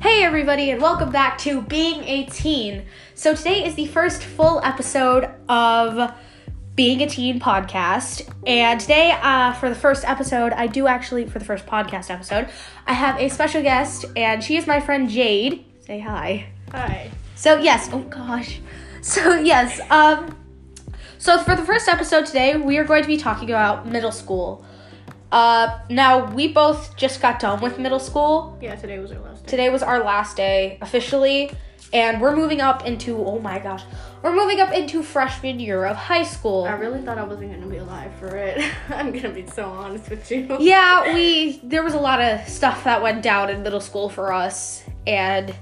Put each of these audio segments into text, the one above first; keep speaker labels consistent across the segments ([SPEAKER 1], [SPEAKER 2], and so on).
[SPEAKER 1] Hey, everybody, and welcome back to Being 18. So, today is the first full episode of Being a Teen podcast. And today, uh, for the first episode, I do actually, for the first podcast episode, I have a special guest, and she is my friend Jade. Say hi.
[SPEAKER 2] Hi.
[SPEAKER 1] So, yes, oh gosh. So, yes, um, so for the first episode today, we are going to be talking about middle school. Uh, now, we both just got done with middle school
[SPEAKER 2] Yeah, today was our last day.
[SPEAKER 1] today was our last day officially and we're moving up into oh my gosh we're moving up into freshman year of high school
[SPEAKER 2] I really thought I wasn't gonna be alive for it. I'm gonna be so honest with you.
[SPEAKER 1] yeah we there was a lot of stuff that went down in middle school for us and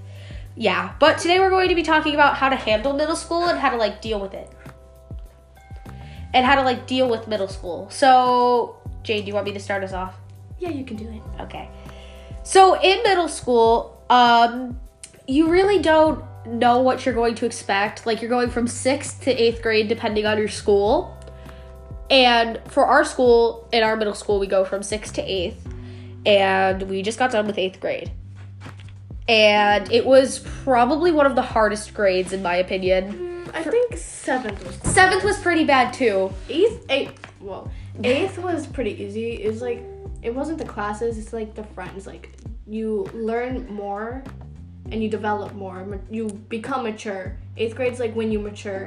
[SPEAKER 1] yeah but today we're going to be talking about how to handle middle school and how to like deal with it and how to like deal with middle school so jade do you want me to start us off
[SPEAKER 2] Yeah, you can do it.
[SPEAKER 1] Okay. So in middle school, um, you really don't know what you're going to expect. Like you're going from sixth to eighth grade, depending on your school. And for our school, in our middle school, we go from sixth to eighth, and we just got done with eighth grade. And it was probably one of the hardest grades, in my opinion.
[SPEAKER 2] Mm, I think seventh was
[SPEAKER 1] Seventh was pretty bad too.
[SPEAKER 2] eighth. Eighth. Well, eighth was pretty easy. It's like it wasn't the classes. It's like the friends. Like you learn more, and you develop more. ma- You become mature. Eighth grade's like when you mature,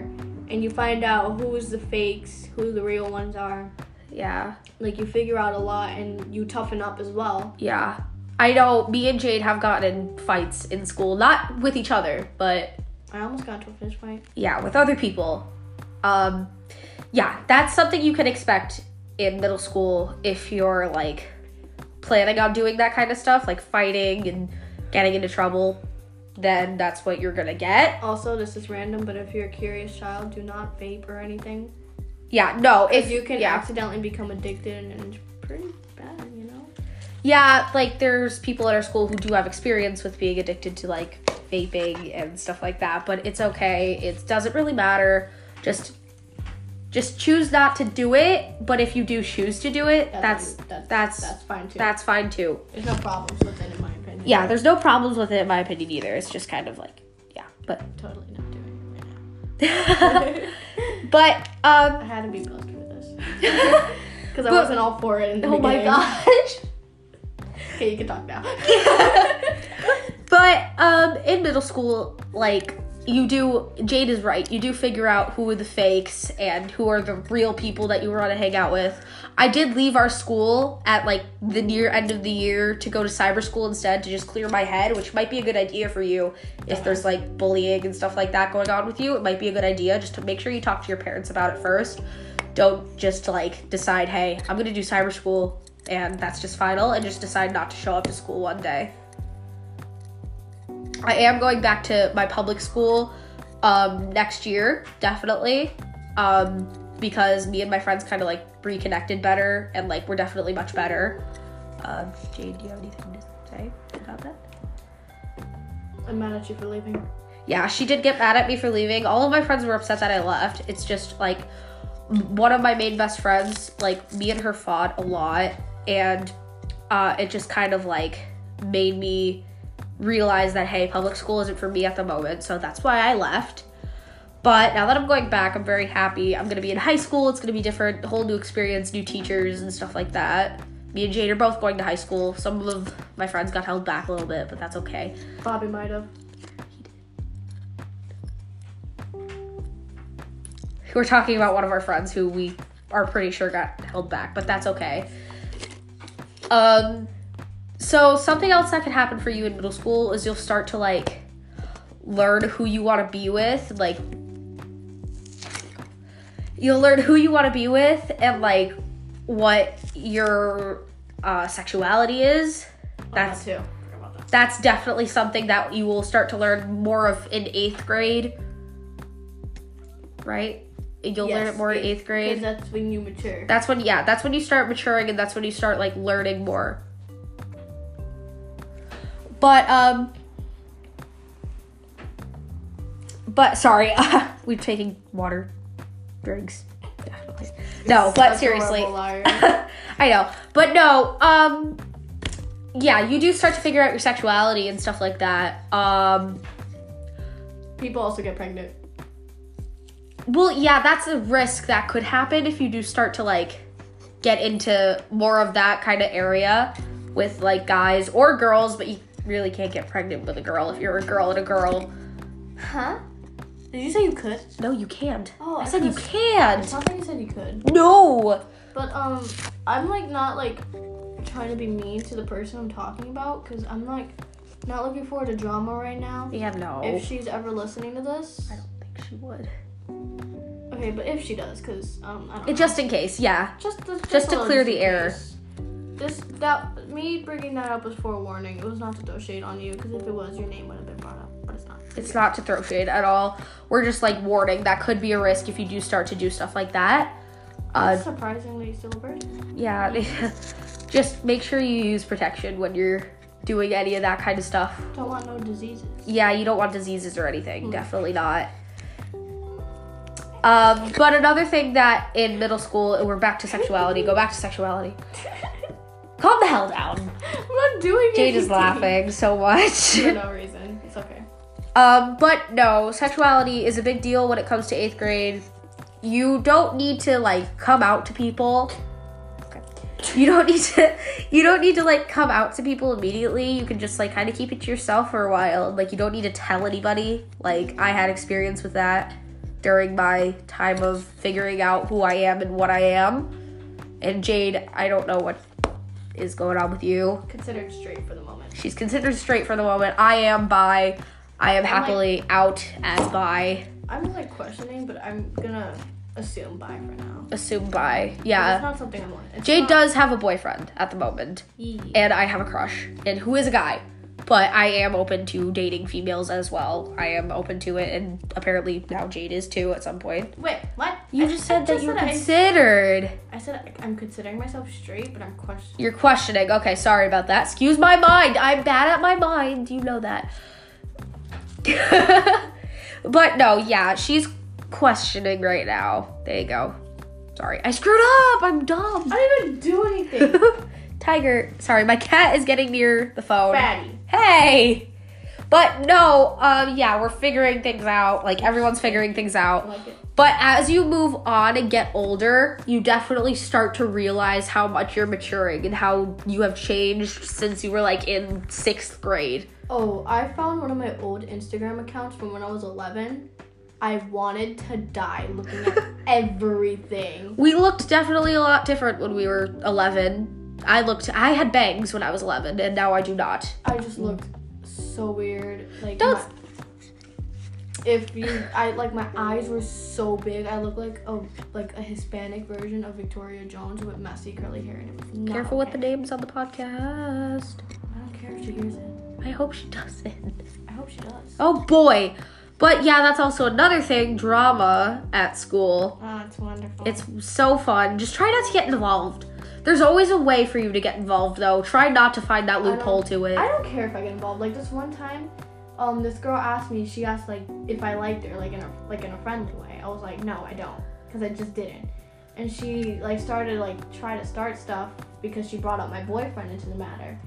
[SPEAKER 2] and you find out who's the fakes, who the real ones are.
[SPEAKER 1] Yeah.
[SPEAKER 2] Like you figure out a lot, and you toughen up as well.
[SPEAKER 1] Yeah. I know me and Jade have gotten in fights in school, not with each other, but
[SPEAKER 2] I almost got to a fist fight.
[SPEAKER 1] yeah, with other people. Um yeah, that's something you can expect in middle school if you're like planning on doing that kind of stuff, like fighting and getting into trouble, then that's what you're going to get.
[SPEAKER 2] Also, this is random, but if you're a curious child, do not vape or anything.
[SPEAKER 1] Yeah, no, if
[SPEAKER 2] If you can
[SPEAKER 1] yeah.
[SPEAKER 2] accidentally become addicted, and it's pretty bad, you know?
[SPEAKER 1] Yeah, like there's people at our school who do have experience with being addicted to like vaping and stuff like that, but it's okay. It doesn't really matter. Just just choose not to do it, but if you do choose to do it, that's that's that's,
[SPEAKER 2] that's, fine too.
[SPEAKER 1] fine too.
[SPEAKER 2] There's no problems with it, in my opinion.
[SPEAKER 1] Yeah, there's no problems with it in my opinion either. It's just kind of like yeah, but
[SPEAKER 2] Totally not doing
[SPEAKER 1] but
[SPEAKER 2] it right now. I
[SPEAKER 1] um
[SPEAKER 2] had to be buzzed for this. Because I wasn't all for it in the
[SPEAKER 1] Oh my
[SPEAKER 2] beginning.
[SPEAKER 1] gosh.
[SPEAKER 2] Okay, you can talk now.
[SPEAKER 1] but um in middle school like you do jade is right you do figure out who are the fakes and who are the real people that you want to hang out with i did leave our school at like the near end of the year to go to cyber school instead to just clear my head which might be a good idea for you if there's like bullying and stuff like that going on with you it might be a good idea just to make sure you talk to your parents about it first don't just like decide hey i'm gonna do cyber school and that's just final and just decide not to show up to school one day I am going back to my public school um, next year, definitely, um, because me and my friends kind of like reconnected better, and like we're definitely much better. Um, Jade, do you have anything to say about that?
[SPEAKER 2] I'm mad at you for leaving.
[SPEAKER 1] yeah, she did get mad at me for leaving. All of my friends were upset that I left. It's just like m- one of my main best friends, like me and her fought a lot, and uh, it just kind of like made me realize that hey, public school isn't for me at the moment, so that's why I left. But now that I'm going back, I'm very happy. I'm gonna be in high school. It's gonna be different, whole new experience, new teachers and stuff like that. Me and Jade are both going to high school. Some of my friends got held back a little bit, but that's okay.
[SPEAKER 2] Bobby might have.
[SPEAKER 1] We're talking about one of our friends who we are pretty sure got held back, but that's okay. Um, so something else that could happen for you in middle school is you'll start to like learn who you want to be with, like you'll learn who you want to be with and like what your uh, sexuality is. That's
[SPEAKER 2] too. Forgot about that.
[SPEAKER 1] that's definitely something that you will start to learn more of in eighth grade. Right? You'll learn
[SPEAKER 2] Yes,
[SPEAKER 1] it more in
[SPEAKER 2] it-
[SPEAKER 1] eighth
[SPEAKER 2] 'Cause
[SPEAKER 1] grade.
[SPEAKER 2] that's when you mature.
[SPEAKER 1] That's when, yeah, that's when you start maturing and that's when you start like learning more. But, um, but sorry, we're taking water drinks. Definitely. No, but
[SPEAKER 2] Such a horrible
[SPEAKER 1] seriously.
[SPEAKER 2] liar.
[SPEAKER 1] I know. But no, um yeah, you do start to figure out your sexuality and stuff like that. Um,
[SPEAKER 2] People also get pregnant.
[SPEAKER 1] well, yeah, that's a risk that could happen if you do start to like get into more of that kind of area with like guys or girls, but you really can't get pregnant with a girl if you're a girl and a girl.
[SPEAKER 2] Huh? Did you say you could?
[SPEAKER 1] No, you can't.
[SPEAKER 2] Oh,
[SPEAKER 1] I
[SPEAKER 2] I
[SPEAKER 1] said you
[SPEAKER 2] thought- I
[SPEAKER 1] can't.
[SPEAKER 2] thought that you said you could.
[SPEAKER 1] No.
[SPEAKER 2] But um, I'm like not like trying to be mean to the person I'm talking about because I'm like not looking forward to drama right now.
[SPEAKER 1] Yeah, no.
[SPEAKER 2] If she's ever listening to this,
[SPEAKER 1] Oh. I don't think she would.
[SPEAKER 2] okay, but if she does, because um, I don't.
[SPEAKER 1] It,
[SPEAKER 2] know.
[SPEAKER 1] just in case, yeah.
[SPEAKER 2] just just,
[SPEAKER 1] just
[SPEAKER 2] a
[SPEAKER 1] to
[SPEAKER 2] little
[SPEAKER 1] clear
[SPEAKER 2] just
[SPEAKER 1] the
[SPEAKER 2] in
[SPEAKER 1] air.
[SPEAKER 2] case. This that me bringing that up was forewarning. It was not to throw shade on you because if it was, your name would have been brought up, but it's not.
[SPEAKER 1] It's not to throw shade at all. We're just like warning that could be a risk if you do start to do stuff like that. Uh,
[SPEAKER 2] It's surprisingly still a virgin.
[SPEAKER 1] yeah. just make sure you use protection when you're doing any of that kind of stuff.
[SPEAKER 2] Don't want no diseases.
[SPEAKER 1] Yeah, you don't want diseases or anything. Definitely not. Um, but another thing that in middle school, we're back to sexuality. Go back to sexuality. Calm the hell down.
[SPEAKER 2] I'm not doing it.
[SPEAKER 1] Jade is laughing so much.
[SPEAKER 2] for no reason. It's okay.
[SPEAKER 1] Um, but no, sexuality is a big deal when it comes to eighth grade. You don't need to like come out to people. You don't need to. You don't need to like come out to people immediately. You can just like kind of keep it to yourself for a while. Like you don't need to tell anybody. Like I had experience with that during my time of figuring out who I am and what I am. And Jade, I don't know what is going on with you.
[SPEAKER 2] Considered straight for the moment.
[SPEAKER 1] She's considered straight for the moment. I am bi. I am happily out as bi.
[SPEAKER 2] I'm like questioning, but I'm gonna assume bye for now.
[SPEAKER 1] Assume bi.
[SPEAKER 2] It's
[SPEAKER 1] Yeah.
[SPEAKER 2] not something I want. It's
[SPEAKER 1] Jade
[SPEAKER 2] not-
[SPEAKER 1] does have a boyfriend at the moment,
[SPEAKER 2] Yeah.
[SPEAKER 1] and I have a crush, and who is a guy. But I am open to dating females as well. I am open to it, and apparently now Jade is too at some point.
[SPEAKER 2] Wait, what?
[SPEAKER 1] You
[SPEAKER 2] I-
[SPEAKER 1] just
[SPEAKER 2] I
[SPEAKER 1] said that you were
[SPEAKER 2] I-
[SPEAKER 1] considered.
[SPEAKER 2] I said I- I'm considering myself straight, but I'm questioning.
[SPEAKER 1] You're questioning. Okay, sorry about that. Excuse my mind. I'm bad at my mind. You know that. but no, yeah, she's questioning right now. There you go. Sorry, I screwed up. I'm dumb.
[SPEAKER 2] I didn't even do anything.
[SPEAKER 1] Tiger, sorry, my cat is getting near the phone.
[SPEAKER 2] Fatty.
[SPEAKER 1] Hey. But no, um, yeah, we're figuring things out. Like everyone's figuring things out.
[SPEAKER 2] I like it.
[SPEAKER 1] But as you move on and get older, you definitely start to realize how much you're maturing and how you have changed since you were like in sixth grade.
[SPEAKER 2] Oh, I found one of my old Instagram accounts from when I was 11. I wanted to die looking at everything.
[SPEAKER 1] We looked definitely a lot different when we were 11. I looked, I had bangs when I was 11, and now I do not.
[SPEAKER 2] I just looked so weird. Like
[SPEAKER 1] Don't-
[SPEAKER 2] my- if you, I like my eyes were so big. I looked like a like a Hispanic version of Victoria Jones with messy curly hair, and it was not
[SPEAKER 1] Careful with the
[SPEAKER 2] okay.
[SPEAKER 1] names on the podcast.
[SPEAKER 2] I don't care if she hears it.
[SPEAKER 1] I hope she doesn't.
[SPEAKER 2] I hope she does.
[SPEAKER 1] Oh boy. But yeah, that's also another thing drama at school.
[SPEAKER 2] Oh, it's wonderful.
[SPEAKER 1] It's so fun. Just try not to get involved. There's always a way for you to get involved, though. Try not to find that
[SPEAKER 2] don't-
[SPEAKER 1] loophole to
[SPEAKER 2] I
[SPEAKER 1] it.
[SPEAKER 2] don't care if I get involved. Like this one time, um, this girl asked me. She asked like if I liked her, like in a like in a friendly way. I was like, no, I don't, because I just didn't. And she like started like try to start stuff because she brought up my boyfriend into the matter.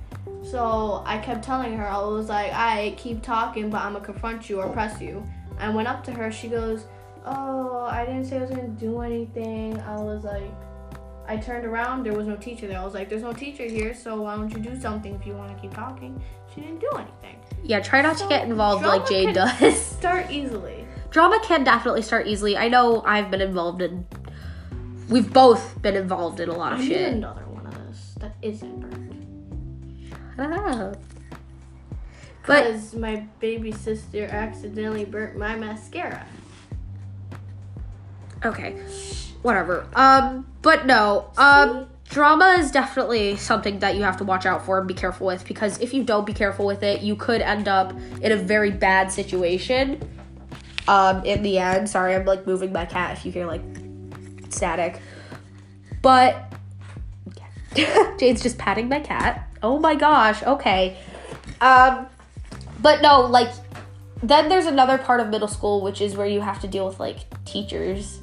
[SPEAKER 2] So I kept telling her, I was like, I keep talking, but I'm gonna confront you or press you. I went up to her. She goes, oh, I didn't say I was gonna do anything. I was like. I turned around, there was no teacher there. I was like, there's no teacher here, so why don't you do something if you want to keep talking? She didn't do anything.
[SPEAKER 1] Yeah, try not to
[SPEAKER 2] So
[SPEAKER 1] get involved like
[SPEAKER 2] drama
[SPEAKER 1] Jade
[SPEAKER 2] can
[SPEAKER 1] does.
[SPEAKER 2] Start easily.
[SPEAKER 1] drama can definitely start easily. I know I've been involved in. We've both been involved in a lot
[SPEAKER 2] I
[SPEAKER 1] of
[SPEAKER 2] need
[SPEAKER 1] Oh, shit.
[SPEAKER 2] another one of those that isn't burned.
[SPEAKER 1] Ah. But
[SPEAKER 2] Because my baby sister accidentally burnt my mascara.
[SPEAKER 1] okay, whatever. Um, but no. Um, drama is definitely something that you have to watch out for and be careful with because if you don't be careful with it, you could end up in a very bad situation. Um, in the end, sorry, I'm like moving my cat. If you hear like static, but Jade's just patting my cat. Oh my gosh. Okay. Um, but no, like then there's another part of middle school which is where you have to deal with like teachers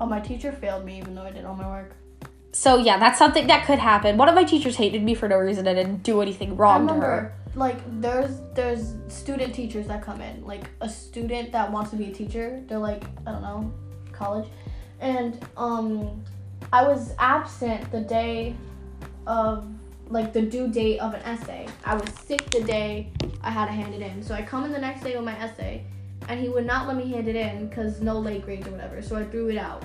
[SPEAKER 2] Oh, my teacher failed me even though I did all my work.
[SPEAKER 1] So yeah, that's something that could happen. One of my teachers hated me for no reason. I didn't do anything
[SPEAKER 2] I
[SPEAKER 1] wrong to her.
[SPEAKER 2] remember, like, there's there's student teachers that come in, like a student that wants to be a teacher. They're like, I don't know, college, and um, I was absent the day of like the due date of an essay. I was sick the day I had to hand it in, so I come in the next day with my essay, and he would not let me hand it in because no late grades or whatever. So I threw it out.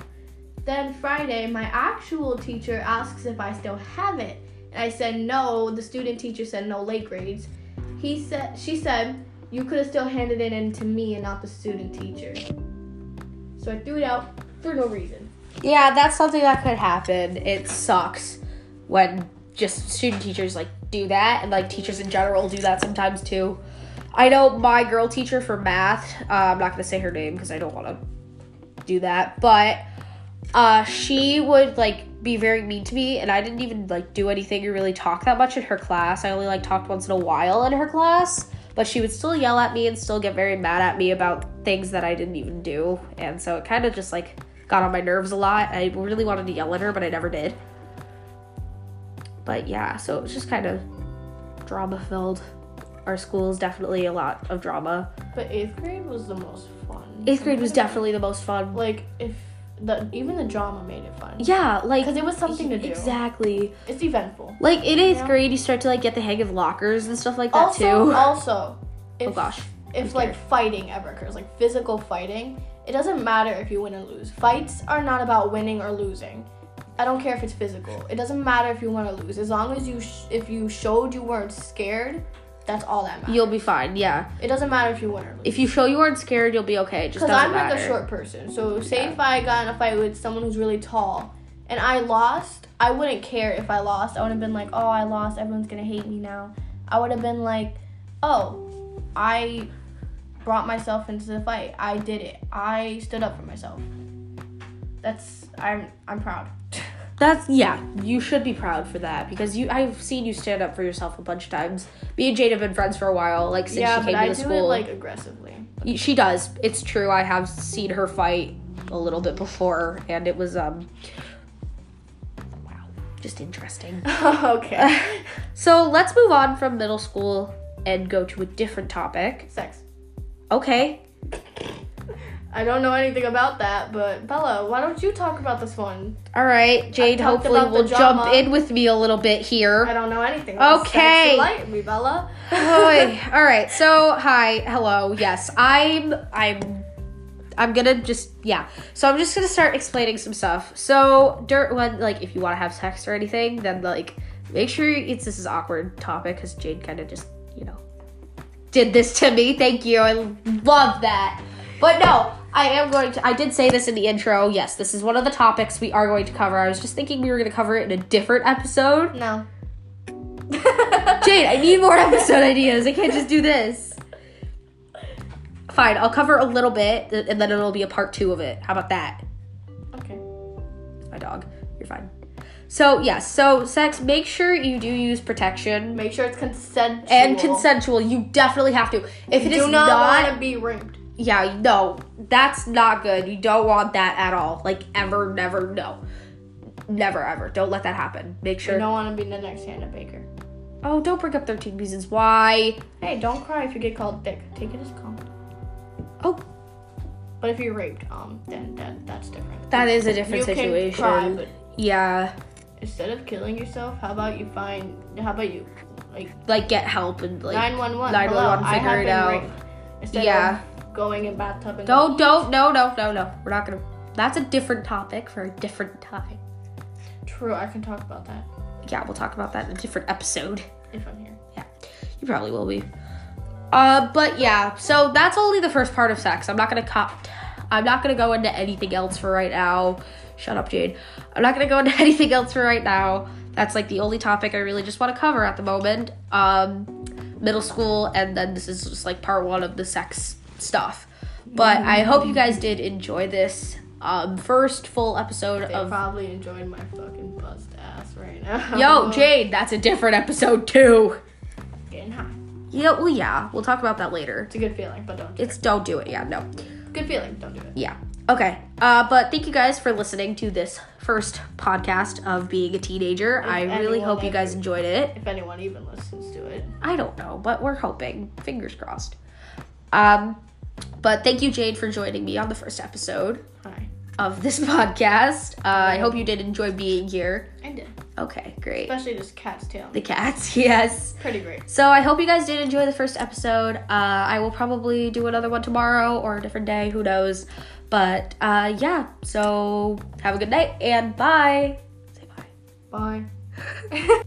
[SPEAKER 2] Then Friday, my actual teacher asks if I still have it. And I said no. The student teacher said no late grades. He said she said you could have still handed it in to me and not the student teacher. So I threw it out for no reason.
[SPEAKER 1] Yeah, that's something that could happen. It sucks when just student teachers like do that, and like teachers in general do that sometimes too. I know my girl teacher for math. Uh, I'm not gonna say her name because I don't want to do that, but uh, she would like be very mean to me, and I didn't even like do anything or really talk that much in her class. I only like talked once in a while in her class, but she would still yell at me and still get very mad at me about things that I didn't even do, and so it kind of just like got on my nerves a lot. I really wanted to yell at her, but I never did. But yeah, so it was just kind of drama filled. Our school is definitely a lot of drama.
[SPEAKER 2] But eighth grade was the most fun.
[SPEAKER 1] Eighth grade was definitely the most fun.
[SPEAKER 2] like if the even the drama made it fun.
[SPEAKER 1] Yeah, like
[SPEAKER 2] Because it was something to do.
[SPEAKER 1] Exactly.
[SPEAKER 2] It's eventful.
[SPEAKER 1] Like in eighth
[SPEAKER 2] Yeah.
[SPEAKER 1] grade, you start to like get the hang of lockers and stuff like that
[SPEAKER 2] also,
[SPEAKER 1] too.
[SPEAKER 2] also, if,
[SPEAKER 1] oh gosh.
[SPEAKER 2] if like fighting ever occurs, like physical fighting, it doesn't matter if you win or lose. Fights are not about winning or losing. I don't care if it's physical. It doesn't matter if you win or lose. As long as you sh- if you showed you weren't scared, that's all that matters.
[SPEAKER 1] You'll be fine. Yeah.
[SPEAKER 2] it doesn't matter if you win or lose.
[SPEAKER 1] If you show you aren't scared, you'll be okay. It just
[SPEAKER 2] Because
[SPEAKER 1] doesn't
[SPEAKER 2] I'm like
[SPEAKER 1] matter.
[SPEAKER 2] a short person, so say
[SPEAKER 1] Yeah.
[SPEAKER 2] if I got in a fight with someone who's really tall, and I lost, I wouldn't care if I lost. I would have been like, oh, I lost. Everyone's gonna hate me now. I would have been like, oh, I brought myself into the fight. I did it. I stood up for myself. That's I'm I'm proud.
[SPEAKER 1] That's yeah. You should be proud for that because you. I've seen you stand up for yourself a bunch of times. Me and Jade have been friends for a while. Like since
[SPEAKER 2] yeah,
[SPEAKER 1] she
[SPEAKER 2] but
[SPEAKER 1] came to the
[SPEAKER 2] I do it
[SPEAKER 1] school,
[SPEAKER 2] like aggressively.
[SPEAKER 1] Y- she does. It's true. I have seen her fight a little bit before, and it was um. Wow, just interesting.
[SPEAKER 2] okay.
[SPEAKER 1] So let's move on from middle school and go to a different topic.
[SPEAKER 2] Sex.
[SPEAKER 1] Okay.
[SPEAKER 2] I don't know anything about that, but Bella, why don't you talk about this one?
[SPEAKER 1] All right, Jade.
[SPEAKER 2] talked
[SPEAKER 1] Hopefully,
[SPEAKER 2] about the
[SPEAKER 1] will jump
[SPEAKER 2] drama.
[SPEAKER 1] in with me a little bit here.
[SPEAKER 2] I don't know anything. about sex.
[SPEAKER 1] Okay.
[SPEAKER 2] Enlighten me, Bella.
[SPEAKER 1] Boy. All right. So, hi. Hello. Yes. I'm I'm I'm going to just yeah. So, I'm just going to start explaining some stuff. So, dirt when like if you want to have sex or anything, then like make sure it's this is awkward topic cuz Jade kind of just, you know, did this to me. Thank you. I love that. But no, I am going to. I did say this in the intro. Yes, this is one of the topics we are going to cover. I was just thinking we were going to cover it in a different episode.
[SPEAKER 2] No.
[SPEAKER 1] Jade, I need more episode ideas. I can't just do this. Fine, I'll cover a little bit th- and then it'll be a part two of it. How about that?
[SPEAKER 2] Okay.
[SPEAKER 1] It's my dog. You're fine. So, yes, so sex, make sure you do use protection
[SPEAKER 2] Make sure it's consensual.
[SPEAKER 1] and consensual. You definitely have to. If it is
[SPEAKER 2] Do
[SPEAKER 1] not,
[SPEAKER 2] not, want to be raped.
[SPEAKER 1] yeah, no, that's not good. You don't want that at all. Like, ever, never, no. Never, ever. Don't let that happen. Make
[SPEAKER 2] You
[SPEAKER 1] sure.
[SPEAKER 2] don't want to be the next Hannah Baker.
[SPEAKER 1] Oh, don't bring up 13 reasons why.
[SPEAKER 2] Hey, don't cry if you get called dick. Take it as a compliment.
[SPEAKER 1] Oh,
[SPEAKER 2] But if you're raped, um, then that that's different.
[SPEAKER 1] that is a
[SPEAKER 2] you
[SPEAKER 1] different
[SPEAKER 2] can
[SPEAKER 1] situation.
[SPEAKER 2] cry, but
[SPEAKER 1] yeah.
[SPEAKER 2] instead of killing yourself, how about you find? How about you, like
[SPEAKER 1] like get help and like
[SPEAKER 2] nine one one?
[SPEAKER 1] 911,
[SPEAKER 2] I
[SPEAKER 1] figure
[SPEAKER 2] have
[SPEAKER 1] it
[SPEAKER 2] been
[SPEAKER 1] out.
[SPEAKER 2] raped. Instead
[SPEAKER 1] Yeah.
[SPEAKER 2] of going in bathtub and
[SPEAKER 1] don't don't no no no no we're not gonna that's a different topic for a different time
[SPEAKER 2] True, I can talk about that
[SPEAKER 1] yeah we'll talk about that in a different episode
[SPEAKER 2] if I'm here.
[SPEAKER 1] you probably will be uh but yeah so that's only the first part of sex i'm not gonna cop i'm not gonna go into anything else for right now shut up jade i'm not gonna go into anything else for right now that's like the only topic i really just want to cover at the moment um middle school and then this is just like part one of the sex stuff but i hope you guys did enjoy this um first full episode
[SPEAKER 2] They
[SPEAKER 1] of
[SPEAKER 2] probably enjoyed my fucking buzzed ass right now.
[SPEAKER 1] yo jade that's a different episode too
[SPEAKER 2] getting high.
[SPEAKER 1] yeah well yeah we'll talk about that later
[SPEAKER 2] It's a good feeling, but don't. do it.
[SPEAKER 1] it's don't do it yeah no
[SPEAKER 2] Good feeling, don't do it.
[SPEAKER 1] yeah Okay. Uh, but thank you guys for listening to this first podcast of being a teenager. I really
[SPEAKER 2] anyone
[SPEAKER 1] hope you guys
[SPEAKER 2] ever-
[SPEAKER 1] enjoyed it.
[SPEAKER 2] If anyone even listens to it.
[SPEAKER 1] I don't know, but we're hoping. Fingers crossed. Um, but thank you, Jade, for joining me on the first episode
[SPEAKER 2] Hi.
[SPEAKER 1] of this podcast. Uh, I hope you did enjoy being here.
[SPEAKER 2] I did.
[SPEAKER 1] Okay, great.
[SPEAKER 2] Especially just cat's tail.
[SPEAKER 1] The cats, yes.
[SPEAKER 2] Pretty great.
[SPEAKER 1] So I hope you guys did enjoy the first episode. Uh, I will probably do another one tomorrow or a different day, who knows. But uh, yeah, so have a good night and bye. Say bye.
[SPEAKER 2] Bye.